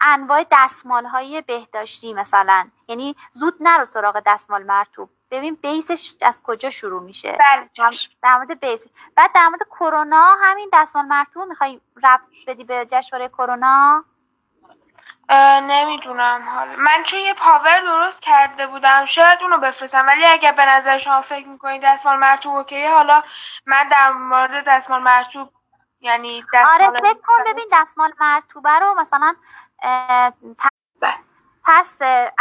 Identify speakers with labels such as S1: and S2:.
S1: انواع دستمال های بهداشتی مثلا یعنی زود نرو سراغ دستمال مرتوب ببین بیسش از کجا شروع میشه
S2: بله
S1: در مورد بیسش بعد در مورد کرونا همین دستمال مرتوب میخوای رفت بدی به جشنواره کرونا
S2: اه، نمیدونم حالا من چون یه پاور درست کرده بودم شاید اونو بفرستم ولی اگر به نظر شما فکر میکنید دستمال مرتوب اوکیه حالا من در مورد دستمال مرتوب یعنی دستمال
S1: آره فکر کن ببین دستمال مرتوبه رو مثلا اه، ت-
S2: بله.
S1: پس اه،